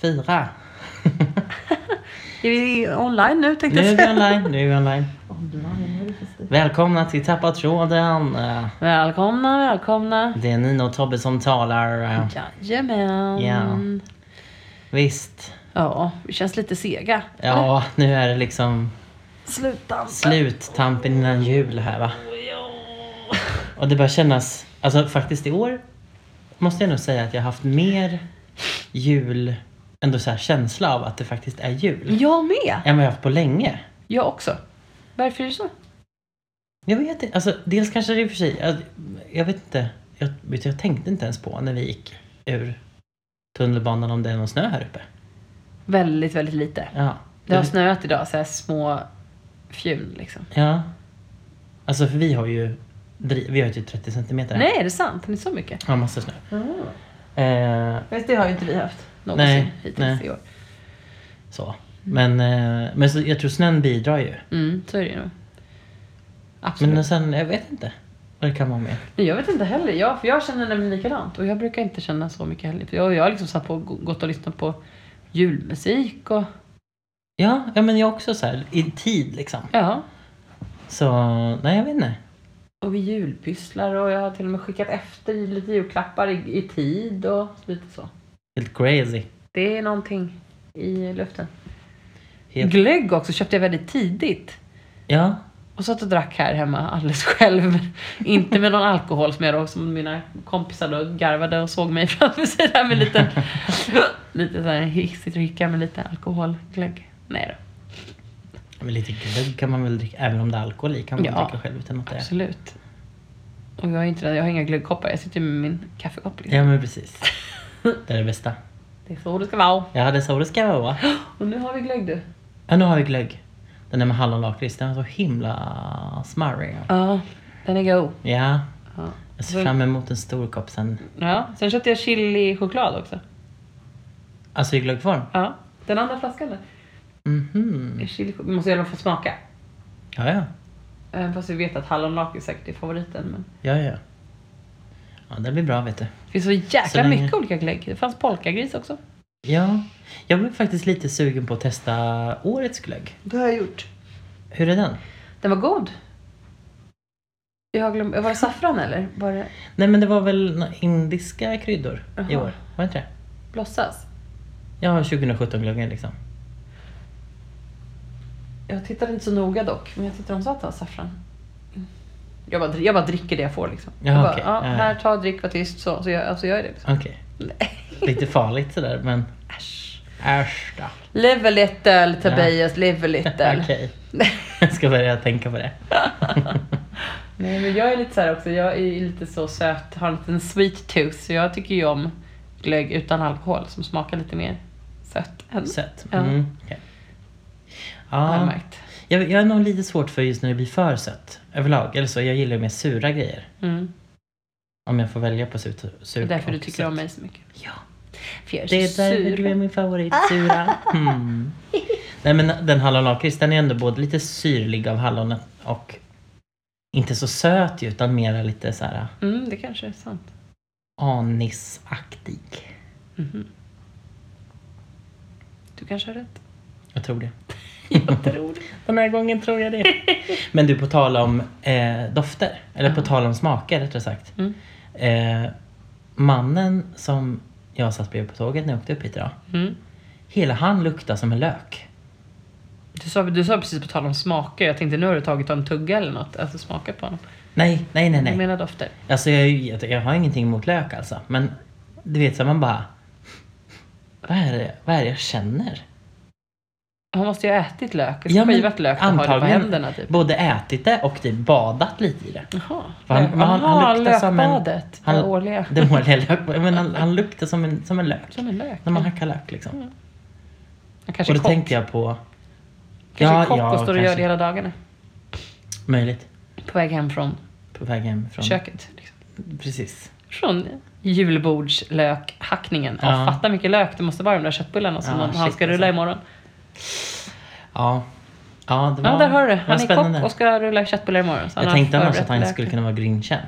Fyra. Är vi online nu tänkte Nu är vi jag säga. online, nu är vi online. Online, är det för stil? Välkomna till Tappa tråden. Eh, Välkomna, välkomna. Det är Nina och Tobbe som talar. eh, Jajamän. Ja. Visst. Ja, vi känns lite sega. Ja, nu är det liksom Sluta. sluttampen innan jul här va. Ja. Och det börjar kännas, alltså faktiskt i år måste jag nog säga att jag har haft mer jul, ändå så här känsla av att det faktiskt är jul. Jag med. Än vad jag har haft på länge. Jag också. Varför är det så? Jag vet inte. Alltså, dels kanske det är i och för sig... Jag, jag vet inte. Jag, vet, du, jag tänkte inte ens på när vi gick ur tunnelbanan om det är någon snö här uppe. Väldigt, väldigt lite. Ja. Det har snöat idag, så här små fjun liksom. Ja. Alltså för vi har ju... dri- Vi har ju typ 30 centimeter. Nej, är det sant? Har ni så mycket? Ja, massa snö. Eh, Fast det har ju inte vi haft. Någonsin Nej, hittills nej. i år. så. Men, eh, men så, jag tror snön bidrar ju. Mm, så är det ju nog. Absolut. Men sen, jag vet inte. Vad det kan vara med. Nej, jag vet inte heller. Jag, för jag känner nämligen likadant. Och jag brukar inte känna så mycket heller. För jag, jag har liksom satt på, gått och lyssnat på julmusik och... Ja, ja men jag också så här i tid liksom. Ja. Så, nej jag vet inte. Och vi julpysslar och jag har till och med skickat efter lite julklappar i, i tid och lite så. Helt crazy. Det är någonting i luften. Helt, Glögg också köpte jag väldigt tidigt. ja, Och satt och drack här hemma alldeles själv. Inte med någon alkohol som jag då, som mina kompisar då garvade och såg mig framför sig där med lite, lite så här, hick- sitter och hickar med lite alkoholglögg. Nej Men lite glögg kan man väl dricka, även om det är alkohol i kan man Ja, dricka själv utan att då, det är... absolut. Och jag, är inte, jag har inga glöggkoppar, jag sitter ju med min kaffekopp. Liksom. Ja men precis. Det är det bästa. Det är så det ska vara. Ja det är så det ska vara. Och nu har vi glögg du. Ja nu har vi glögg. Den där med hallonlakrits, den var så himla smarrig. Ja, den är god. Ja, Ja. jag ser fram emot en stor kopp sen. ja. Sen köpte jag chili choklad också. Alltså i glöggform? Ja. Den andra flaskan där. Mhm. Chili, vi måste gärna få smaka. Ja, ja. Eh, Fast vi vet att hallonlak säkert är favoriten. Men... Ja, ja. Ja, det blir bra vet du. Det finns så jäkla Så länge- mycket olika glögg. Det fanns polkagris också. Ja, jag blev faktiskt lite sugen på att testa årets glögg. Det har jag gjort. Hur är den? Den var god. Jag har glömt... Var det saffran eller? Var det Nej men det var väl nå- indiska kryddor i Jaha. år? Var det inte det? blossas? Ja, 2017-glöggen liksom. Jag tittade inte så noga dock, men jag tittade de sa att det var saffran. Jag bara, jag bara dricker det jag får liksom. Ja, jag bara, okej. ja, Ja, ja. här, ta, drick, var tyst, så, så gör, alltså, gör jag det. Liksom. Okej. Nej. Lite farligt sådär men Äsch. äsch då. Live a little, Tobias, live a little. Okej, jag ska börja tänka på det. Nej men jag är lite så här också, jag är lite så söt, har en liten sweet tooth så jag tycker ju om glögg utan alkohol som smakar lite mer sött än Sött. Ja. Mm, okej. har jag Ja, märkt. jag, jag är nog lite svårt för just när det blir för sött överlag. Eller så, jag gillar ju mer sura grejer. Mm. Om jag får välja på surt Det är sur därför och du tycker sött. om mig så mycket. Ja, För jag är det är så därför sur. du är min favorit, sura. Mm. Nej men den hallonlakrits, den är ändå både lite syrlig av hallonet och inte så söt ju, utan mera lite så här Mm, det kanske är sant. anisaktig. Mhm. Du kanske har rätt. Jag tror det. Jag tror det. Den här gången tror jag det. Men du, på tal om eh, dofter, eller på tal om smaker rättare sagt. Mm. Eh, mannen som jag satt bredvid på tåget när jag åkte upp hit idag, Mm. hela han luktar som en lök. Du, sa, du sa precis på tal om smaker, jag tänkte nu har du tagit en tugga eller något, alltså smakat på honom. Nej, nej, nej, Jag nej. menar dofter. Alltså jag, är ju- jag, jag har ingenting emot lök alltså, men du vet så man bara... Vad är det, vad är det jag känner? Han måste ju ha ätit lök, Ja, men skivat lök och har det på antagligen händerna typ. Både ätit det och typ badat lite i det. Jaha, För han- Jaha, han- han luktar som en- lökbadet. han- det årliga. Det måliga lök, men han, han luktar som en, som en lök. Som en lök. När man hackar lök liksom. han kanske Och är då kock, tänkte jag på... kanske Ja, är kock ja, och står och gör kanske. det hela dagarna. Möjligt. På väg hem från På väg hem från... köket. Liksom. Precis. Från julbordslökhackningen. Ja. Ja. fatta mycket lök det måste vara i de där köttbullarna som Ja, han- han shit, ska rulla alltså. imorgon. Ja. Ja, det var, Ja, där har du det. var Han är spännande. kock och ska rulla köttbullar imorgon. Så han Jag har tänkte annars att förberett han löken. skulle kunna vara grinchen.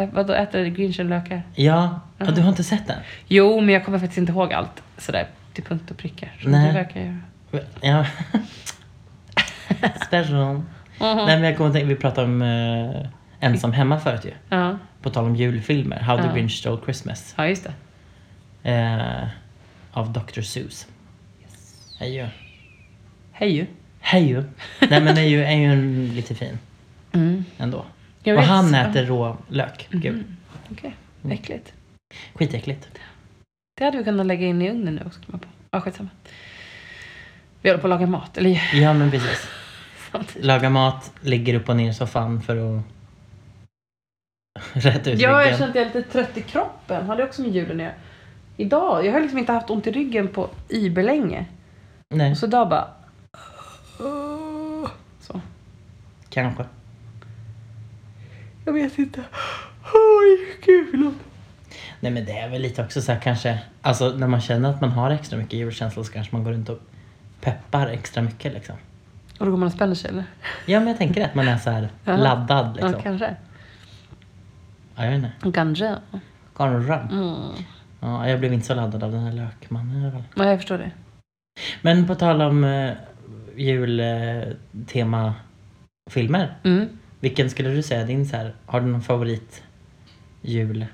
Eh, Vadå, äter grinchen lökar? Ja, ja du har inte sett den? Jo, men jag kommer faktiskt inte ihåg allt sådär till punkt och pricka. Som Nej. du verkar göra. Ja. Special. Mhm. Nej men jag kommer att tänka, vi pratade om eh, ensam hemma förut ju. Ja. På tal om julfilmer. How the Ja. Grinch Stole Christmas. ja, just det. Eh, av Dr. Seuss. Hej ju. Hej ju. Hej ju. Nej men är ju, är ju en, lite fin Mm. ändå. Jag Och vet. Mhm. han Ja. äter rå lök. Gud, Okej, Mm. äckligt. skitäckligt. Det hade vi kunnat lägga in i ugnen nu också. kom jag på. Ja, skitsamma. Vi håller på att laga mat, eller Ja men precis. samtidigt. Laga mat, ligger upp och ner i soffan för att rätta ut Ja, jag ryggen. känner att jag är lite trött i kroppen. Har det också med julen att göra? Idag, jag har liksom inte haft ont i ryggen på iberlänge. Nej, Och så idag bara... Åh. Så. kanske. Jag vet inte. Oj, gud, förlåt. Nej men det är väl lite också så här kanske, alltså när man känner att man har extra mycket julkänsla så kanske man går runt och peppar extra mycket liksom. Och då går man och spänner sig eller? Ja men jag tänker att man är så här Ja. laddad liksom. Ja, kanske. Ja, jag vet inte. Kanske. Garra. Mm. Ja, jag blev inte så laddad av den här lökmannen i alla fall. Ja, jag förstår det. Men på tal om eh, jultema filmer. Mm. Vilken skulle du säga är din så här, har du någon favorit julfilm?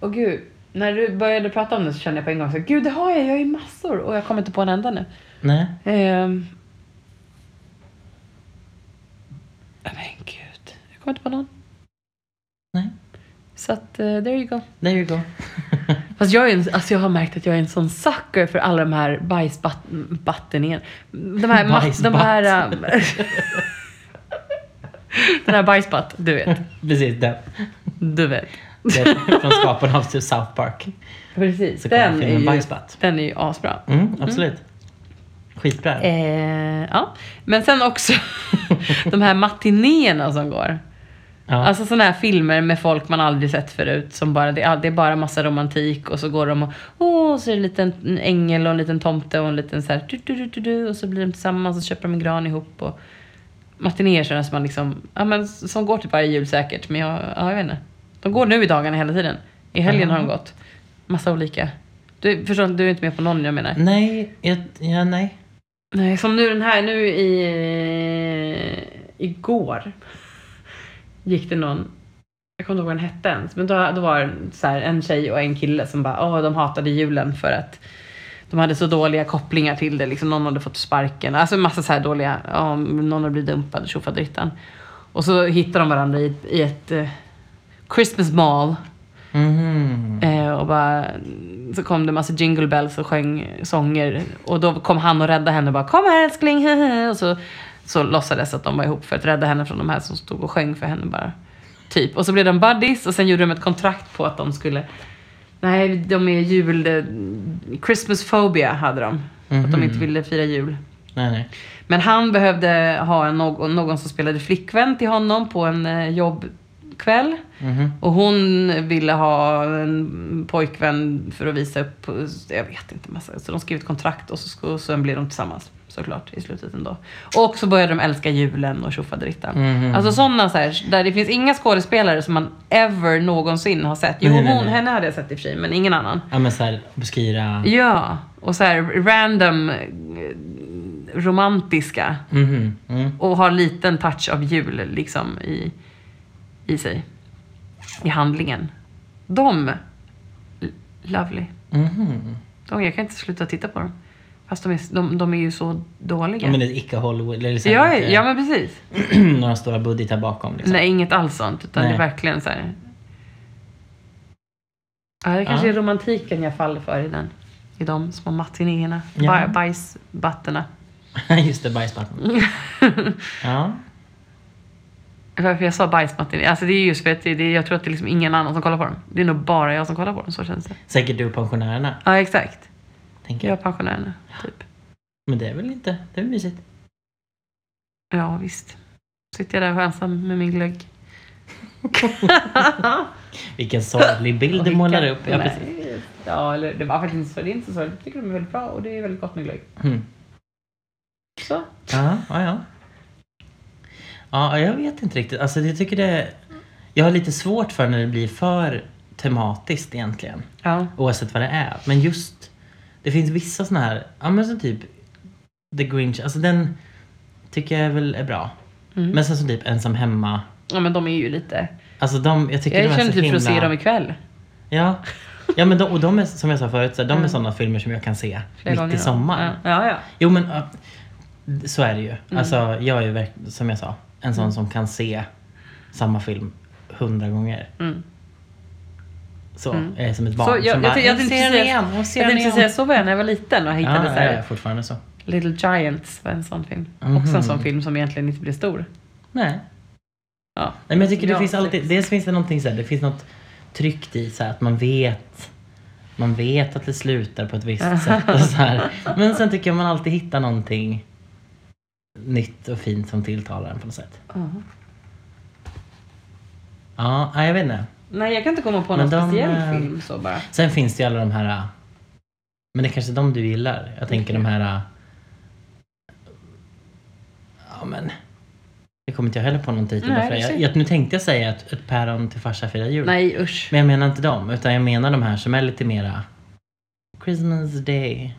Och gud, när du började prata om det så kände jag på en gång så gud det har jag, jag har ju massor och jag kommer inte på en enda nu. Nej? Ehm. Ja, Men gud, jag kommer inte på någon. Nej. Så att, eh, there you go. There you go. Fast jag, är en, alltså jag har märkt att jag är en sån sucker för alla de här bajsbatten igen. De här, ma- de här... Bajsbatt. eh, den här bajsbatt, du vet. Precis, den. Du vet. Det är från skaparna av South Park. Precis, Så kommer den är, filmen ju, Bajsbatt. den är ju asbra. Mm, absolut. Skitbra. Eh, ja. Men sen också de här matinéerna som går. ja. Alltså sådana här filmer med folk man aldrig sett förut. Som bara, det, är, det är bara massa romantik och så går de och åh, så är det en liten ängel och en liten tomte och en liten så här, du, du, du, du, du, och så blir de tillsammans och köper de en gran ihop. Och matinéer sådana som man liksom, ja men som går typ varje jul säkert. Men jag, ja, jag vet inte. De går nu i dagarna hela tiden. I helgen har de gått. Massa olika. Du förstår, du är inte med på någon jag menar. Nej, jag, ja, nej. Nej, som nu den här nu i... Igår gick det någon, jag kommer inte ihåg vad den hette ens, men då, då var det så här, en tjej och en kille som bara, åh de hatade julen för att de hade så dåliga kopplingar till det, liksom någon hade fått sparken, alltså en massa så här dåliga, ja, någon hade blivit dumpad, tjofaderittan. Och så hittar de varandra i, i ett eh, Christmas mall Mhm. Eh, och bara, så kom det massa jingle bells och sjöng sånger. Och då kom han och räddade henne och bara kom här älskling. hehe." Och så, så låtsades att de var ihop för att rädda henne från de här som stod och sjöng för henne bara. Typ. Och så blev de buddies och sen gjorde de ett kontrakt på att de skulle Nej, de är jul... eh, Christmas phobia hade de. Att de inte ville fira jul. Nej, nej. Men han behövde ha en, någon, någon som spelade flickvän till honom på en eh, jobbkväll. Mhm. Och hon ville ha en pojkvän för att visa upp, jag vet inte, massa. så de skrev ett kontrakt och så, sk- och sen blev de tillsammans såklart i slutet ändå. Och så började de älska julen och tjofaderittan. Mhm. Alltså sådana så här, där det finns inga skådespelare som man ever någonsin har sett. Jo, Nej, nej, hon, nej. henne hade jag sett i och för sig, men ingen annan. Ja men såhär obskyra... Ja, och så här random eh, romantiska Mhm. Mm. och har liten touch av jul liksom i, i sig. I handlingen. De, l- lovely. Mhm. De, jag kan inte sluta titta på dem. Fast de är, de, de är ju så dåliga. Ja, men det är icke Hollywood. Eller så här ja, inte- ja, men precis. några stora budgetar bakom liksom. Nej, inget alls sånt. Utan det Nej. är verkligen så här. Ja, det kanske Ja. är romantiken jag faller för i den. I de små matinéerna. Ja. Ba- bajsbatterna. Just det, bajsbacken. Ja. Varför jag sa bajsmatiné? Alltså det är just för att det, det, jag tror att det är liksom ingen annan som kollar på dem. Det är nog bara jag som kollar på dem, så känns det. Säkert du och pensionärerna, Ja, exakt. tänker jag. Jag är pensionärerna, typ. Men det är väl inte, det är väl mysigt. Ja, visst. Sitter jag där och är ensam med min glögg. Vilken sorglig bild du målar upp. Ja, Ja, precis. Nej. ja, eller det var faktiskt inte så. Det är inte så. Jag tycker de är väldigt bra och det är väldigt gott med glögg. Mm. Så. Ja, ja, ja. Ja, jag vet inte riktigt. Alltså jag tycker det... Jag har lite svårt för när det blir för tematiskt egentligen. Ja. Oavsett vad det är. Men just, det finns vissa såna här, ja men som typ The Grinch, alltså den tycker jag väl är bra. Mm. Men sen så typ Ensam Hemma. ja, men de är ju lite... Alltså de, jag tycker Jag de är så känner typ för himla... att se dem ikväll. Ja. Ja men de, och de är som jag sa förut, så här, de är sådana filmer som jag kan se Mm. Flera gånger mitt i då. sommaren. Ja, Mm. ja. ja. Jo men ja, så är det ju. Alltså jag är ju verk- som jag sa, en Mm. sån som kan se samma film hundra gånger. Mm. Så, jag är som ett barn. Så jag, som jag, bara, jag, jag tänkte ser den säga, igen, jag ser jag den tänkte igen. säga så var jag när jag var liten och hittade Ja, så jag här, är fortfarande så. Little Giants var en sån film. Mhm. Också en sån film som egentligen inte blev stor. Nej. Ja. Nej men jag tycker det Ja, finns alltid, precis. dels finns det någonting så här, det finns något tryggt i så här, att man vet man vet att det slutar på ett visst sätt och så här. Men sen tycker jag man alltid hittar någonting nytt och fint som tilltalar en på något sätt. Ja. Ja, nej, jag vet inte. Nej, jag kan inte komma på Men någon de, eh, speciell film så bara. Sen finns det ju alla de här äh, men det är kanske de du gillar. Jag tänker de här äh, ja men det kommer inte jag heller på någon titel. Nej, bara för du jag, ser. jag, nu tänkte jag säga att ett päron till farsa firar jul. Nej, usch. Men jag menar inte dem, utan jag menar de här som är lite mera Christmas day.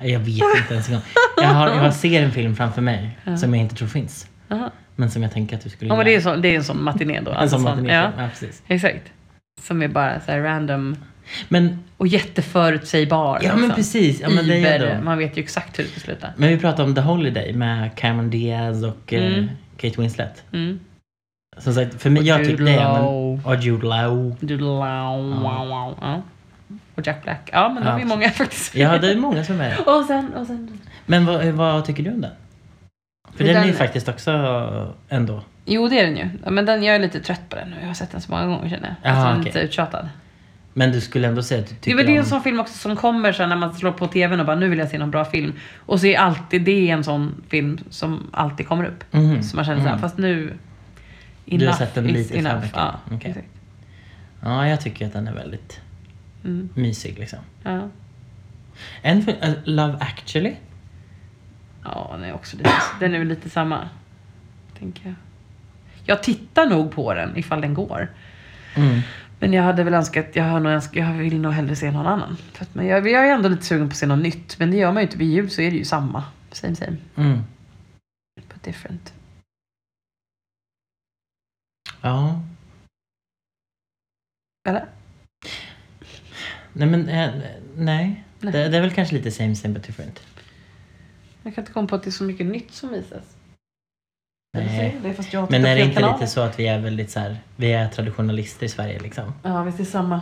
Jag vet inte ens en gång. Jag, har, jag ser en film framför mig som jag inte tror finns. Jaha. Men som jag tänker att du skulle Ja, men det är, en sån, det är en sån matiné då. En alltså sån sån- matinéfilm, ja. precis. Ja, exakt. Som är bara så här random Men, och jätteförutsägbar. ja men liksom. precis. Ja, men, det är Iber, ändå. man vet ju exakt hur det ska sluta. men vi pratade om The Holiday med Cameron Diaz och eh, Mm. Kate Winslet. Mm. Som sagt, för mig, Och jag Jude tyckte det. Men, Law. och Jude Law. Du lau, wow, wow. Ja. Och Jack Black. Ja, men de Ja, är många faktiskt. Ja, det är många som är Och sen, och sen. Men vad, vad tycker du om den? För den, Den- är ju faktiskt också ändå. Jo, det är den ju. Ja, Men den, jag är lite trött på den nu. Jag har sett den så många gånger känner jag. Jaha, Alltså, Ah, den är okej. lite uttjatad. Men du skulle ändå säga att du Det är tycker väl det är en om... sån film också som kommer sen när man slår på tvn och bara nu vill jag se någon bra film. Och så är alltid det en sån film som alltid kommer upp. Mhm. Så man känner såhär, fast nu... Du har enough sett den is lite för enough. mycket. Ja, Okej. exakt. Ja, jag tycker att den är väldigt Mm. mysig liksom. Ja. En film, äh, Love actually. ja, den är också lite, den är väl lite samma. Tänker jag. Jag tittar nog på den ifall den går. Mm. Men jag hade väl önskat, jag, har nog önskat, jag vill nog hellre se någon annan. För att, men jag, jag är ändå lite sugen på att se något nytt. Men det gör man ju inte. Vid jul så är det ju samma. Same same. Mm. But different. Ja. Eller? Nej men, eh, nej. Nej. Det, det är väl kanske lite same same but different. Jag kan inte komma på att det är så mycket nytt som visas. Eller så Nej. är Det, fast jag har Men tittat är det fel inte kanal. lite så att vi är väldigt så här, vi är traditionalister i Sverige liksom? Ja, visst det är samma.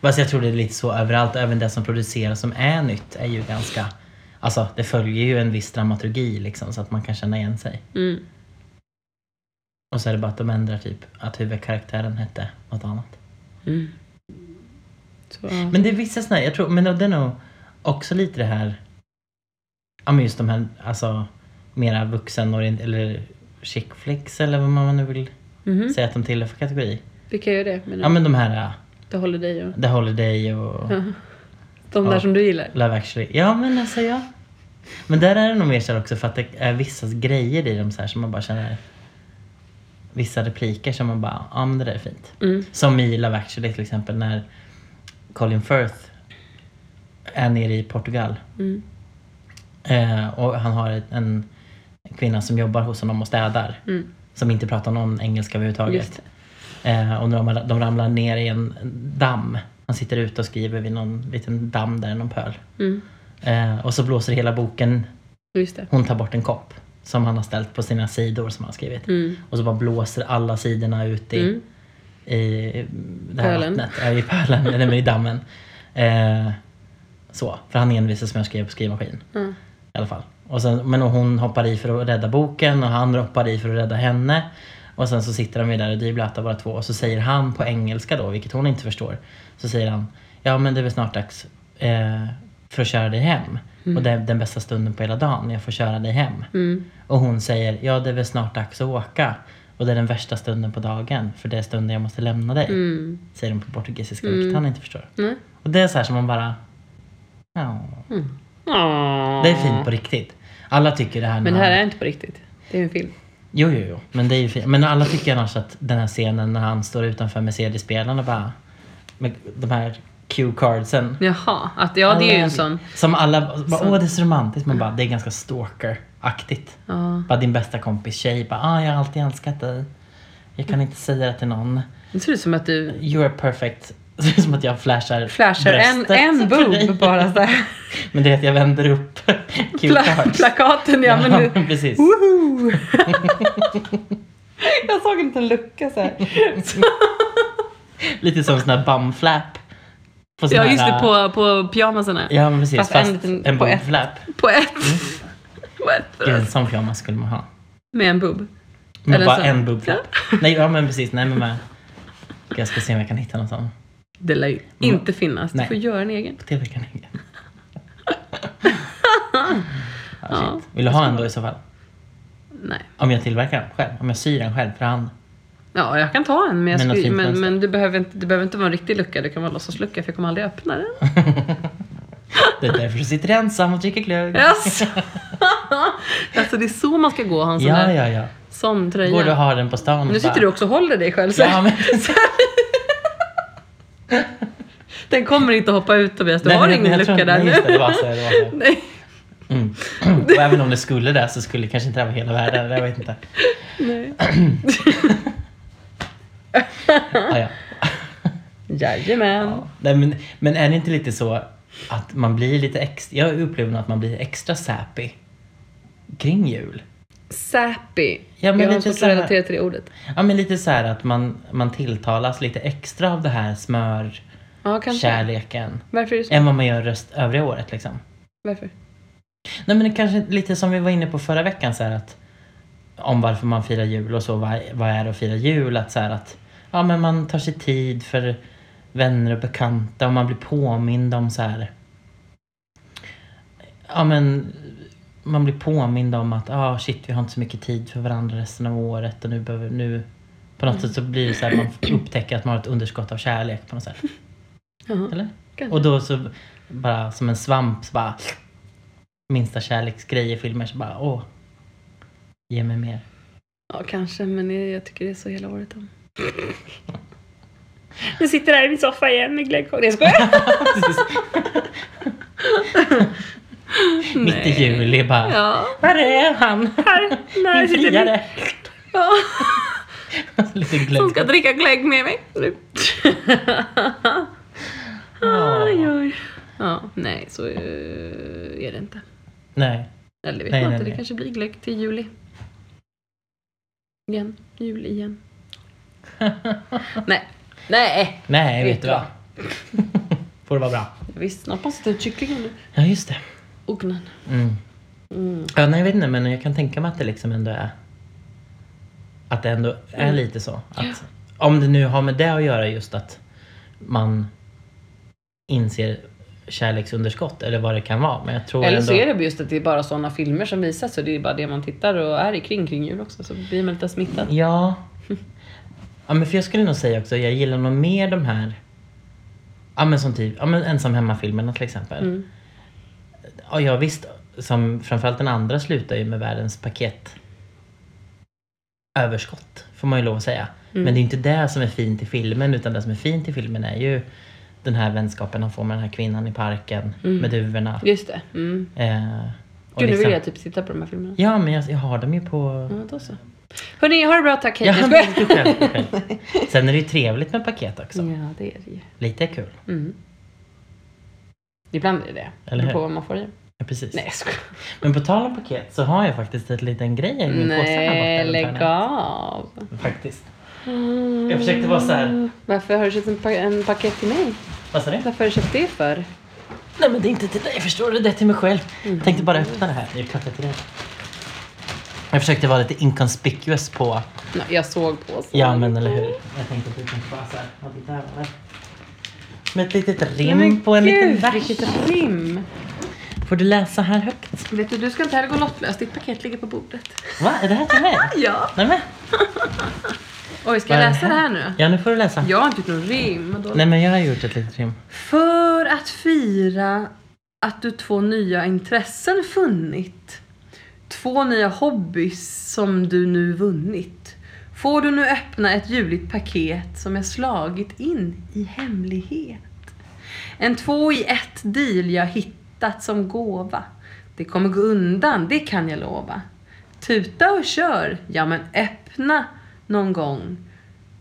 Fast jag tror det är lite så överallt, även det som produceras som är nytt är ju ganska, alltså det följer ju en viss dramaturgi liksom så att man kan känna igen sig. Mm. Och så är det bara att de ändrar typ att huvudkaraktären hette något annat. Mm. Så, Men det är vissa sådana här, jag tror, men det är nog också lite det här, ja men just de här, alltså mera vuxenorienterade, eller chick flicks eller vad man nu vill Mhm. säga att de tillhör för kategori. Vilka är det? Men, Ja men de här, Det håller dig och... uh, The Holiday och De där Ja. som du gillar. Love actually. Ja men alltså ja. Men där är det nog mer så här också för att det är vissa grejer i dem så här som man bara känner, vissa repliker som man bara, ja men det där är fint. Mm. Som i Love actually till exempel när Colin Firth är nere i Portugal. Mm. Eh, och han har ett- en kvinna som jobbar hos honom och städar. Mm. Som inte pratar någon engelska Just överhuvudtaget. Eh, och de, de ramlar ner i en damm. Han sitter ute och skriver vid någon liten damm där, i någon pöl. det. Mm. Eh, och så blåser hela boken. Just det. Hon tar bort en kopp som han har ställt på sina sidor som han har skrivit. Mm. Och så bara blåser alla sidorna ut i, Mm. i det här Pölen. vattnet. Ja, i pölen, nej men i dammen. Eh, så, för han envisas med att skriva på skrivmaskin. Mm. I alla fall. Och sen, men hon hoppar i för att rädda boken och han hoppar i för att rädda henne. Och sen så sitter de ju där och dyblöta bara två och så säger han på engelska då, vilket hon inte förstår. Så säger han, ja men det är väl snart dags eh, för att köra dig hem. Och det är den bästa stunden på hela dagen, jag får köra dig hem. Mm. Och hon säger, ja det är väl snart dags att åka. Och det är den värsta stunden på dagen, för det är stunden jag måste lämna dig. Mm. Säger hon på portugisiska, vilket han inte förstår. Nej. Och det är så här som man bara, ja. Det är fint på riktigt. Alla tycker det här när Mm. Men det här han- är inte på riktigt. Det är en film. Jo, jo, jo. Men det är ju fint. Men alla tycker annars att den här scenen när han står utanför Mercedes-spelaren och bara... Med de här cue cardsen. Jaha, att, ja det är ju en sån. Som alla bara, Som- åh det är så romantiskt. Men bara, det är ganska stalker-aktigt. Ja. Bara din bästa kompis tjej bara, ah jag har alltid älskat dig. Jag kan inte säga det till någon. Det ser ut som att du You are perfect. Det är som att jag flashar flashar en, bröstet en för dig. boob bara så här. Men det är att jag vänder upp cue Pla- cards. plakaten ja, men nu. precis. Woho! Jag såg en liten lucka så här. Lite som sån här bumflap. På sån Ja här, just det, äh, på, på pyjamasarna. Ja men precis, fast fast, en en, liten- en på ett. bumflap. På ett. På ett bröst. En sån pyjamas skulle man ha. Med en boob. Men Eller bara så- en bubflap. Nej ja men precis, nej men med. Jag ska se om jag kan hitta någon sån. Det lär ju inte finnas. Du Mm. Nej. får göra en egen. Till veckan ingen. Ja. ja, shit. Vill du ha en då i så fall? Nej. Om jag tillverkar den själv? Om jag syr den själv för hand? Ja, jag kan ta en men, jag Men något skulle, fint men, mönster. men du, behöver inte, du behöver inte vara en riktig lucka. Du kan vara en låtsaslucka för jag kommer aldrig öppna den. Det är därför du sitter ensam och dricker glögg. Yes. alltså det är så man ska gå ha en sån, ja, där, ja, ja. sån Går du tröja. att ha den på stan? och Nu sitter bara- du också och håller dig själv. Så Ja, men precis. Den kommer inte hoppa ut Tobias. Du Nej, har nej, nej, ingen jag tror lucka inte- nej, där nu. just det, det var så, det var så. Nej. Mm. Och även om det skulle det så skulle det kanske inte det vara hela världen. Jag vet inte. nej. Ah, Ja, ja. Jajamän. Nej, men, men är det inte lite så att man blir lite extra... Jag upplever nog att man blir extra sappy kring jul. Sappy. Ja, men jag har lite svårt så att här- relatera till det ordet. Ja, men lite så här att man, man tilltalas lite extra av det här smörkärleken. Ja, kanske. Varför är det så? Än vad man gör röst övriga året liksom. Varför? Nej men det kanske är lite som vi var inne på förra veckan så här att om varför man firar jul och så, vad, vad är det att fira jul? Att så här att ja men man tar sig tid för vänner och bekanta och man blir påmind om så här ja men man blir påmind om att ah shit vi har inte så mycket tid för varandra resten av året och nu behöver nu på något sätt så blir det så här man upptäcker att man har ett underskott av kärlek på något sätt. Jaha. Eller? Kanske. Och då så bara som en svamp så bara minsta kärleksgrej i filmer så bara åh. Ge mig mer. Ja, kanske. Men jag, jag tycker det är så hela året om. Nu sitter här i min soffa igen med glöggkorv. Nej, jag skojar. Mitt i juli bara. Ja. Var är han? Här. Där Min sitter friare. Ja. Lite Som glögg. ska dricka glögg med mig. Aj, Ah. Åh. oj. Ja, nej, så eh, är det inte. Nej. Eller vet Nej, man nej, inte, det nej. kanske blir glögg till juli. Igen, jul igen. nej, nej, Nej, Vet vet du du vad. Får det vara bra. visst, snart måste du kycklingen nu. Ja, just det. Ugnen. Mm. Mm. Ja, nej, jag vet inte, men jag kan tänka mig att det liksom ändå är att det ändå är Mm. lite så. Att, om det nu har med det att göra just att man inser kärleksunderskott eller vad det kan vara. Men jag tror Eller ändå, så är det just att det är bara sådana filmer som visas så det är bara det man tittar och är i kring kring jul också så blir man lite smittad. Ja. ja men för jag skulle nog säga också, jag gillar nog mer de här Ja men som typ, ja men ensam hemma-filmerna till exempel. Mm. Ja, ja visst, som framförallt den andra slutar ju med världens paket överskott, får man ju lov att säga. Mm. Men det är inte det som är fint i filmen, utan det som är fint i filmen är ju den här vänskapen han får med den här kvinnan i parken, med duvorna. Just det. Mm. Eh, och Gud, nu liksom- vill jag typ titta på de här filmerna. Ja, men jag, jag har dem ju på... Ja, då så. Hörni, ha det bra, tack, hej. Ja, Jag skojar. men du själv, du själv. Sen är det ju trevligt med paket också. Ja, det är det ju. Lite är kul. Mm. Ibland är det Eller Beror på hur? vad man får i. Ja, precis. Nej, jag skojar. Men på tal om paket så har jag faktiskt ett liten grej i min påse här Mm. borta. i Nej, den Mm. lägg hörnan. av. Faktiskt. Jag försökte vara så här. Varför har du köpt en, pa- en paket till mig? Vad sa du? Varför har du köpt det för? Nej men det är inte till dig, förstår du? Det är till mig själv. Mm. Tänkte bara öppna det här. Det är klart att det är det. Jag försökte vara lite inconspicuous på... Nå, jag såg på så. Ja men eller hur? Jag tänkte att vi tänkte bara såhär... Ja, det där var det. Med ett litet rim Men på en liten gud, vers. vilket rim! Får du läsa här högt? Vet du, du ska inte heller gå lottlös. Ditt paket ligger på bordet. Va? Är det här till mig? Ja. Nej men. Oj, ska jag Vad är läsa det det här? här nu? Ja nu får du läsa. Jag har inte gjort någon rim. vadå? Nej men jag har gjort ett litet rim. För att fira att du två nya intressen funnit. två nya hobbys som du nu vunnit. Får du nu öppna ett ljuvligt paket som jag slagit in i hemlighet. En två i ett deal jag hittat som gåva. Det kommer gå undan, det kan jag lova. Tuta och kör, ja men öppna någon gång.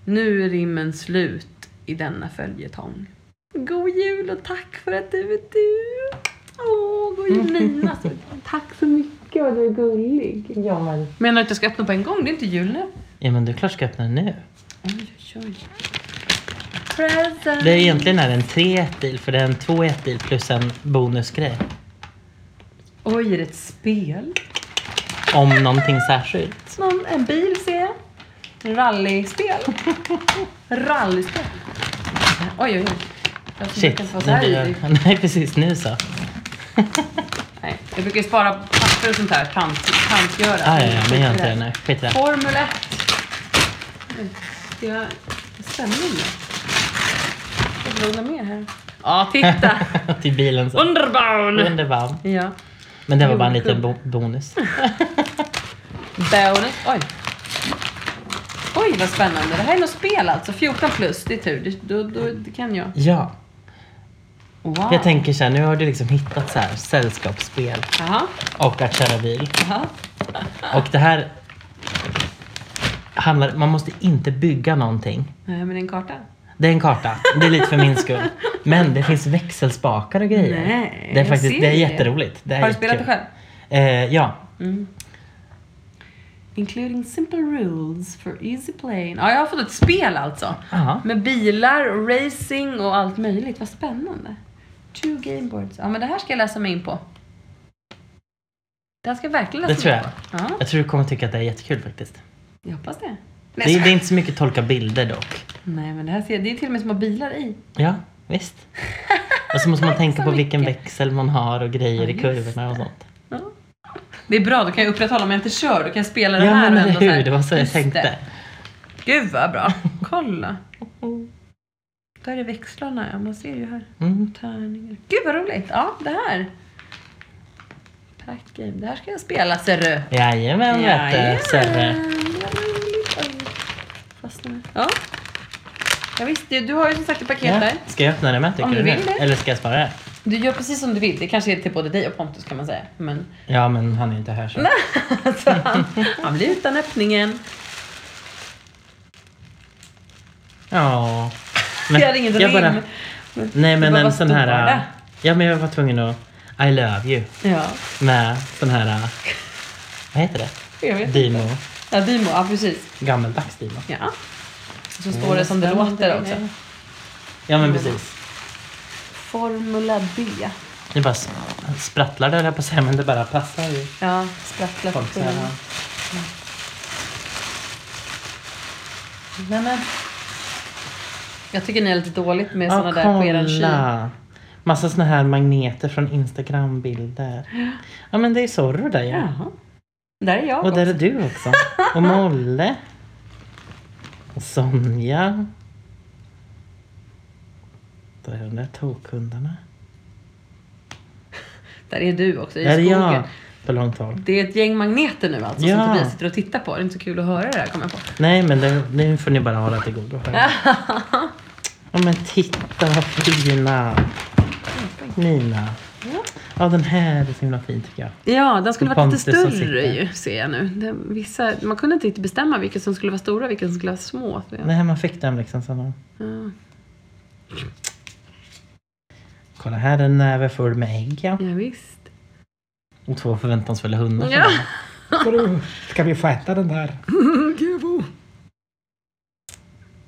Nu är rimmen slut i denna följetong. God jul och tack för att du är du. Åh, god jul Nina. Tack så mycket, vad du är gullig. Ja men... Menar du att jag ska öppna på en gång? Det är inte jul nu. Ja men du klart ska öppna den nu. Oj, oj, oj. Present. Det är egentligen är en 3-1 deal för det är en 2-1 deal plus en bonusgrej. Oj, är det ett spel? Om någonting särskilt. Någon, en bil ser jag. Rallyspel. Rallyspel. Oj, oj, oj. Jag Shit. som brukar inte vara så här Nu, ivrig. nej precis, nu så. Ah, Nej, jag brukar ju spara papper och sånt där. Tant, tantgöra. Ah, ja, ja, men gör inte det nu. Skit i det. Formel 1. Oj, Det är spännande. Jag blåda mer här. Ja, titta. Till bilen så. Underbarn! Underbar. Ja. Men det var bara en liten bo- bonus. Bonus. Oj. Oj, vad spännande. Det här är något spel alltså. 14 plus, det är tur. Det, då, då, det kan jag. Ja. Wow. Jag tänker så här, nu har du liksom hittat så här sällskapsspel Jaha, och att köra bil. jaha. Och det här handlar, man måste inte bygga någonting. Nej, men det är en karta. Det är en karta, det är lite för min skull. Men det finns växelspakar och grejer. Nej, det är jag faktiskt, ser det är det. jätteroligt. Det är Har du spelat det jättekul. själv? Eh, ja, Including simple rules for easy playing. Ja, jag har fått ett spel alltså. Jaha. Med bilar, och racing och allt möjligt. Vad spännande. Two gameboards. Ja, men det här ska jag läsa mig in på. Det här ska jag verkligen det läsa tror mig jag. in på. Ja, Jag tror du kommer tycka att det är jättekul faktiskt. jag hoppas det. Det är, Nej, det är inte så mycket tolka bilder dock. Nej men det här ser Det är till och med små bilar i. Ja, visst. Och så måste man tänka Så på vilken mycket. växel man har och grejer i Ja, just kurvorna och sånt. Ja. Det är bra, då kan jag upprätthålla om jag inte kör. Då kan jag spela det Ja här men och eller ändå så här, hur, det var så jag just det. tänkte. Gud vad bra. Kolla. Oh. Där är växlarna. Ja, man ser ju här. Mm. Tärningar. Gud vad roligt. Ja, det här. Pack game. Det här ska jag spela ser du. Jajamän vet du Sverre. Vad roligt. Oj. Fastnade. Ja. Ja, visst, du, du har ju som sagt ett paket Ja. där. Ska jag öppna det med tycker Om du du? nu? vill det. Eller ska jag spara det? Du gör precis som du vill. Det kanske är till både dig och Pontus kan man säga. Men Ja men han är inte här så. alltså, han, han blir utan öppningen. Ja. Men jag hade inget rim. jag bara, nej Det men var en bara sån här... stora. äh, Ja men jag var tvungen att... I love you. Ja, Med sån här... äh, Vad heter det? jag vet inte. Dimo. Ja, Dimo. Ja, precis. Gammeldags Dimo. Ja. Så står det som det låter också. Ja Mm. men precis. Formula B. Det bara s- sprattlar där på sig men det bara passar ju Ja, sprattlar folk så skillnad. här. Nej, men. Jag tycker ni är lite dåligt med såna Ja, där på eran kyl. kolla. Massa såna här magneter från Instagram-bilder. Ja men det är Zorro där ja. Jaha. Där är jag Och också. där är du också. Och Molle. Och Sonja. Där är de där tokhundarna. Där är du också i Där är skogen. jag på långt håll. Det är ett gäng magneter nu alltså Ja. som Tobias sitter och tittar på. Det är inte så kul att höra det här kommer jag på. Nej men det, nu får ni bara hålla till godo. Ja men titta vad fina. Mina. Ja. Ja den här är så himla fin tycker jag. Ja, den skulle Och varit lite Pontus som större sitter. ju, ser jag nu. Den, vissa, man kunde inte riktigt bestämma vilka som skulle vara stora och vilka som skulle vara små. Så jag, Nej man fick den liksom. Sådana. ja, Kolla här är en näve full med ägg ja. ja, visst. Och två förväntansfulla hundar. Ja. Ska vi få äta den där?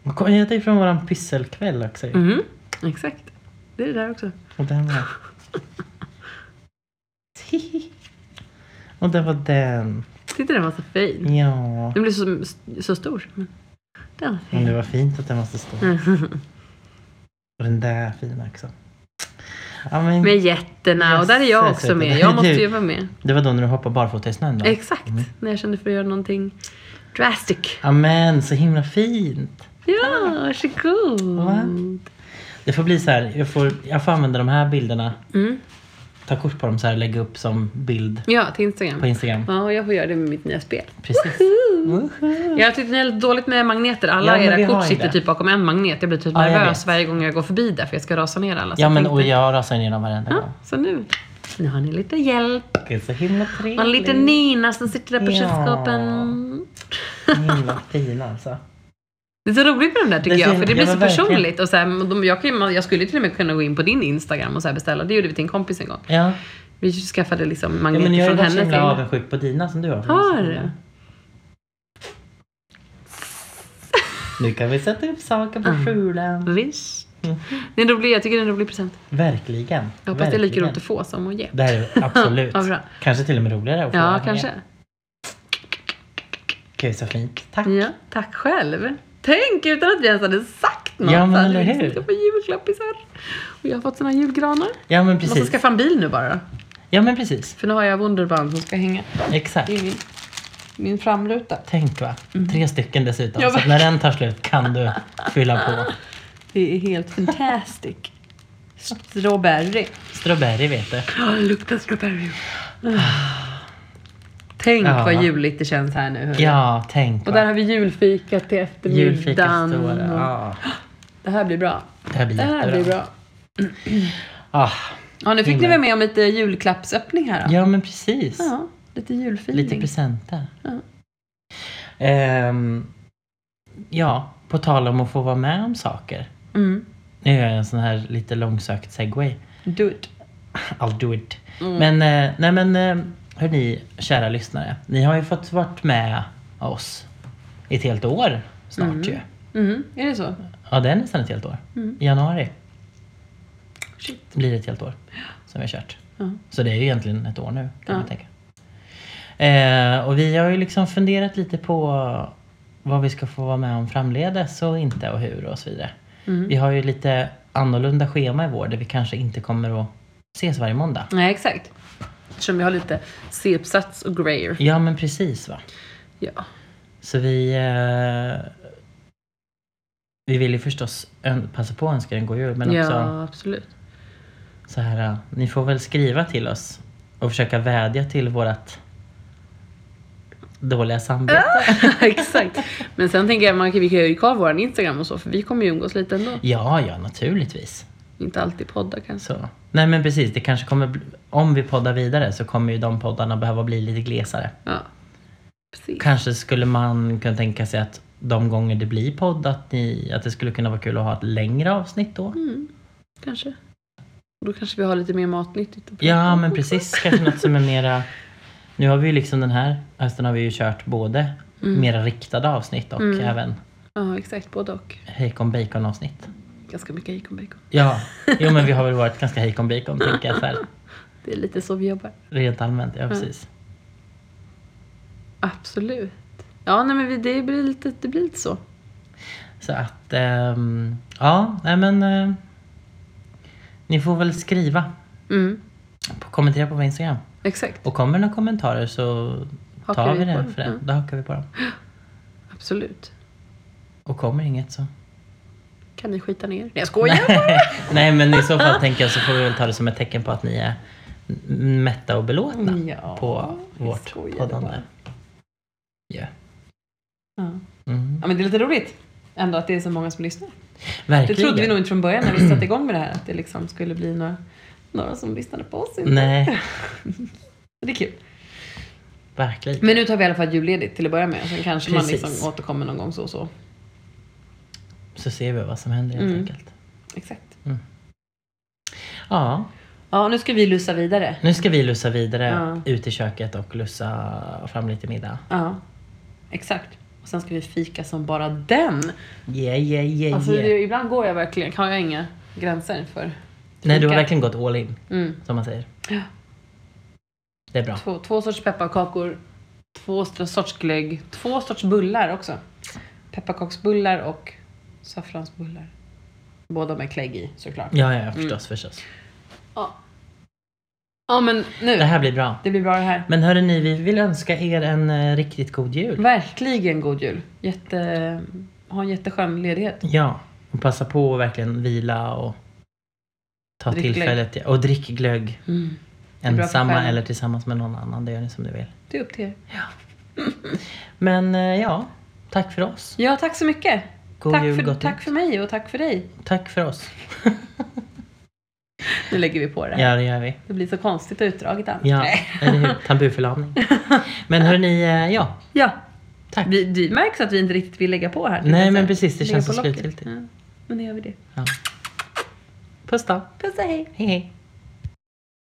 Man kom- ja, Det är från våran pysselkväll också. ju. Mm, exakt. Det är det där också. Och den var... Och det var den. Titta, den var så fin. Ja. Den blev så, så stor. Men den var fin. Men det var fint att den var så stor. Mm. Och den där fina också. Ja, men Med jätterna och där är jag Jösses, också med. vet Jag du. Mm. måste ju vara med. Det var då när du hoppade barfota i snön då? Exakt. När jag kände för att göra någonting drastic. Amen, så himla fint. Ah. Ja, varsågod. Va? Det får bli så här, jag får, jag får använda de här bilderna Mm. ta kort på dem så här och lägga upp som bild Ja, till Instagram. på Instagram. Ja, och jag får göra det med mitt nya spel. Precis. Jag tyckte det är lite dåligt med magneter. Alla Ja, men vi era har kort ju sitter det. typ bakom en magnet. Jag blir typ Ja, jag nervös vet. varje gång jag går förbi där för jag ska rasa ner alla. Så Ja jag men tänkte- och jag rasar ner dem varenda Alltså, Ja, gång. så nu. Nu har ni lite hjälp. Det är så himla Och en liten trevligt. Nina som sitter där på Ja. kylskåpen. Himla fina alltså. Det är så roligt med de där tycker Det är så- jag, för det ja, blir men så verkligen. personligt. Och så här, de, jag, kan, ju- jag skulle till och med kunna gå in på din Instagram och så här beställa. Det gjorde vi till en kompis en gång. Ja. Vi skaffade liksom ja magneter men jag har ju från varit så hennes. himla egna. avundsjuk på dina som du har. Har du? Nu kan vi sätta upp saker Mm. på skjulen. Visst. Mm. Det är en rolig, jag tycker det är en rolig present. Verkligen. Jag hoppas det är lika Verkligen. roligt att få som att ge. Det här är absolut. Ja, bra. Kanske till och med roligare att få Ja, det. kanske. Gud, så fint. Tack. Ja, tack själv. Tänk utan att vi ens hade sagt något. Ja, men Så hade eller vi hur? liksom på julklappisar. Och jag har fått såna här julgranar. Ja, men Jag måste precis. skaffa en bil nu bara då. Ja, men precis. För nu har jag Wunderband som ska hänga. Exakt. Det är min, min framruta. Tänk va. Tre stycken dessutom. Mm. Ja, så att när den tar slut kan du fylla på. Det är helt fantastic. Strawberry. Strawberry vet du. Ja, det luktar strawberry. Tänk Ja. vad juligt det känns här nu. hörru. Ja, tänk Och där va. har vi julfika till eftermiddagen. Julfikastårar. Ja, Det här blir bra. det här blir Det här blir jättebra. bra. Ah, Ja, nu fick ni Himla. väl med om lite julklappsöppning här då? ja, men precis. Ja, lite julfeeling. Lite presenter. Ja. Ehm, ja, på tal om att få vara med om saker. Mm. Nu gör jag en sån här lite långsökt segway. Do it. I'll do it. Men, eh, nej men eh, hörni, kära lyssnare. Ni har ju fått varit med oss i ett helt år snart ju. Mm, är det så? Ja, det är nästan ett helt år. I januari Shit. blir det ett helt år som vi har kört. Ja. Så det är ju egentligen ett år nu, kan Ja. man tänka. Eh, och vi har ju liksom funderat lite på vad vi ska få vara med om framledes och inte och hur och så vidare. Mm. Vi har ju lite annorlunda schema i vår där vi kanske inte kommer att ses varje måndag. Nej, exakt. Eftersom jag har lite C-uppsats och grejer. Ja men precis va. Ja. Så vi, eh, vi vill ju förstås ön- passa på att önska er en god jul men också ja, absolut. så här, eh, ni får väl skriva till oss och försöka vädja till vårat dåliga samvete. exakt. Men sen tänker jag man kan, vi kan ju ha kvar vår Instagram och så, för vi kommer ju umgås lite ändå. Ja, ja naturligtvis. Inte alltid podda kanske. Så. Nej men precis, det kanske kommer, bli- om vi poddar vidare så kommer ju de poddarna behöva bli lite glesare. Ja. Precis. Kanske skulle man kunna tänka sig att de gånger det blir podd att, ni, att det skulle kunna vara kul att ha ett längre avsnitt då. Mm, kanske. Då kanske vi har lite mer matnyttigt. att prata Ja, om men också. precis. Kanske något som är mera... Nu har vi ju liksom den här hösten har vi ju kört både mera riktade avsnitt och Mm. även Ja, exakt. Både och. hejkon bacon avsnitt. Ganska mycket hejkon bacon. Ja, jo men vi har väl varit ganska hejkon bacon tänker jag så här. Det är lite så vi jobbar. Rent allmänt, ja Mm. precis. Absolut. Ja, nej, men vi- det blir lite, det blir lite så. Så att, ehm, ja, nej men... eh, ni får väl skriva, Mm, på- kommentera på vår Instagram. exakt. Och kommer det några kommentarer så Hakar tar vi vi på det dem, Mm. för ja. det. Då hakar vi på dem. Absolut. Och kommer inget så... Kan ni skita ner? Nej, jag skojar! Nej men i så fall tänker jag så får vi väl ta det som ett tecken på att ni är m- mätta och belåtna Mm. Ja, på vi vårt skojar poddande. bara. Ja. Ja. Mm. ja, men det är lite roligt ändå att det är så många som lyssnar. Det Verkligen. trodde vi nog inte från början när vi satte igång med det här, att det liksom skulle bli några, några som lyssnade på oss. inte. Nej, Det är kul. verkligen. Men nu tar vi i alla fall julledigt till att börja med, sen kanske Precis. man liksom återkommer någon gång så och så. Så ser vi vad som händer helt Mm. enkelt. Exakt. Ja, Ja, nu ska vi lussa vidare. nu ska vi lussa vidare Ja. ut i köket och lussa fram lite middag. Ja, exakt. Och sen ska vi fika som bara den. Yeah, yeah, yeah, Alltså, yeah. det, ibland går jag verkligen, har jag inga gränser för Nej, du har funkar. verkligen gått all in, mm. som man säger. Ja. Det är bra. två, två sorts pepparkakor, två st- sorts glögg, två sorts bullar också. Pepparkaksbullar och saffransbullar. Båda med klägg i såklart. Ja, ja, förstås, förstås. Ja, ja men Det nu. här blir bra. Det blir bra det här. Men hörru ni, vi vill önska er en eh, riktigt god jul. Verkligen god jul. Jätte, ha en jätteskön ledighet. Ja, och passa på att verkligen vila och ta Drick glögg. tillfället i- och drick glögg. Mm. är bra för Ensamma själen. eller tillsammans med någon annan, det gör ni som ni vill. Det är upp till er. Men eh, ja, tack för oss. Ja, tack så mycket. God tack, jul, för, gott tack för mig och tack för dig. Tack för oss. Nu lägger vi på det. Ja, det gör vi. Det blir så konstigt och utdraget annars. Ja, Nej. eller hur? Tabuförlamning. Men hörni, eh, ja. ja. Tack. Vi, det märks att vi inte riktigt vill lägga på här. Nej, Så men här, precis, det lägga känns på så locket. slutgiltigt. Ja, men nu gör vi det. ja. Puss då. Puss och hej. Hej hej.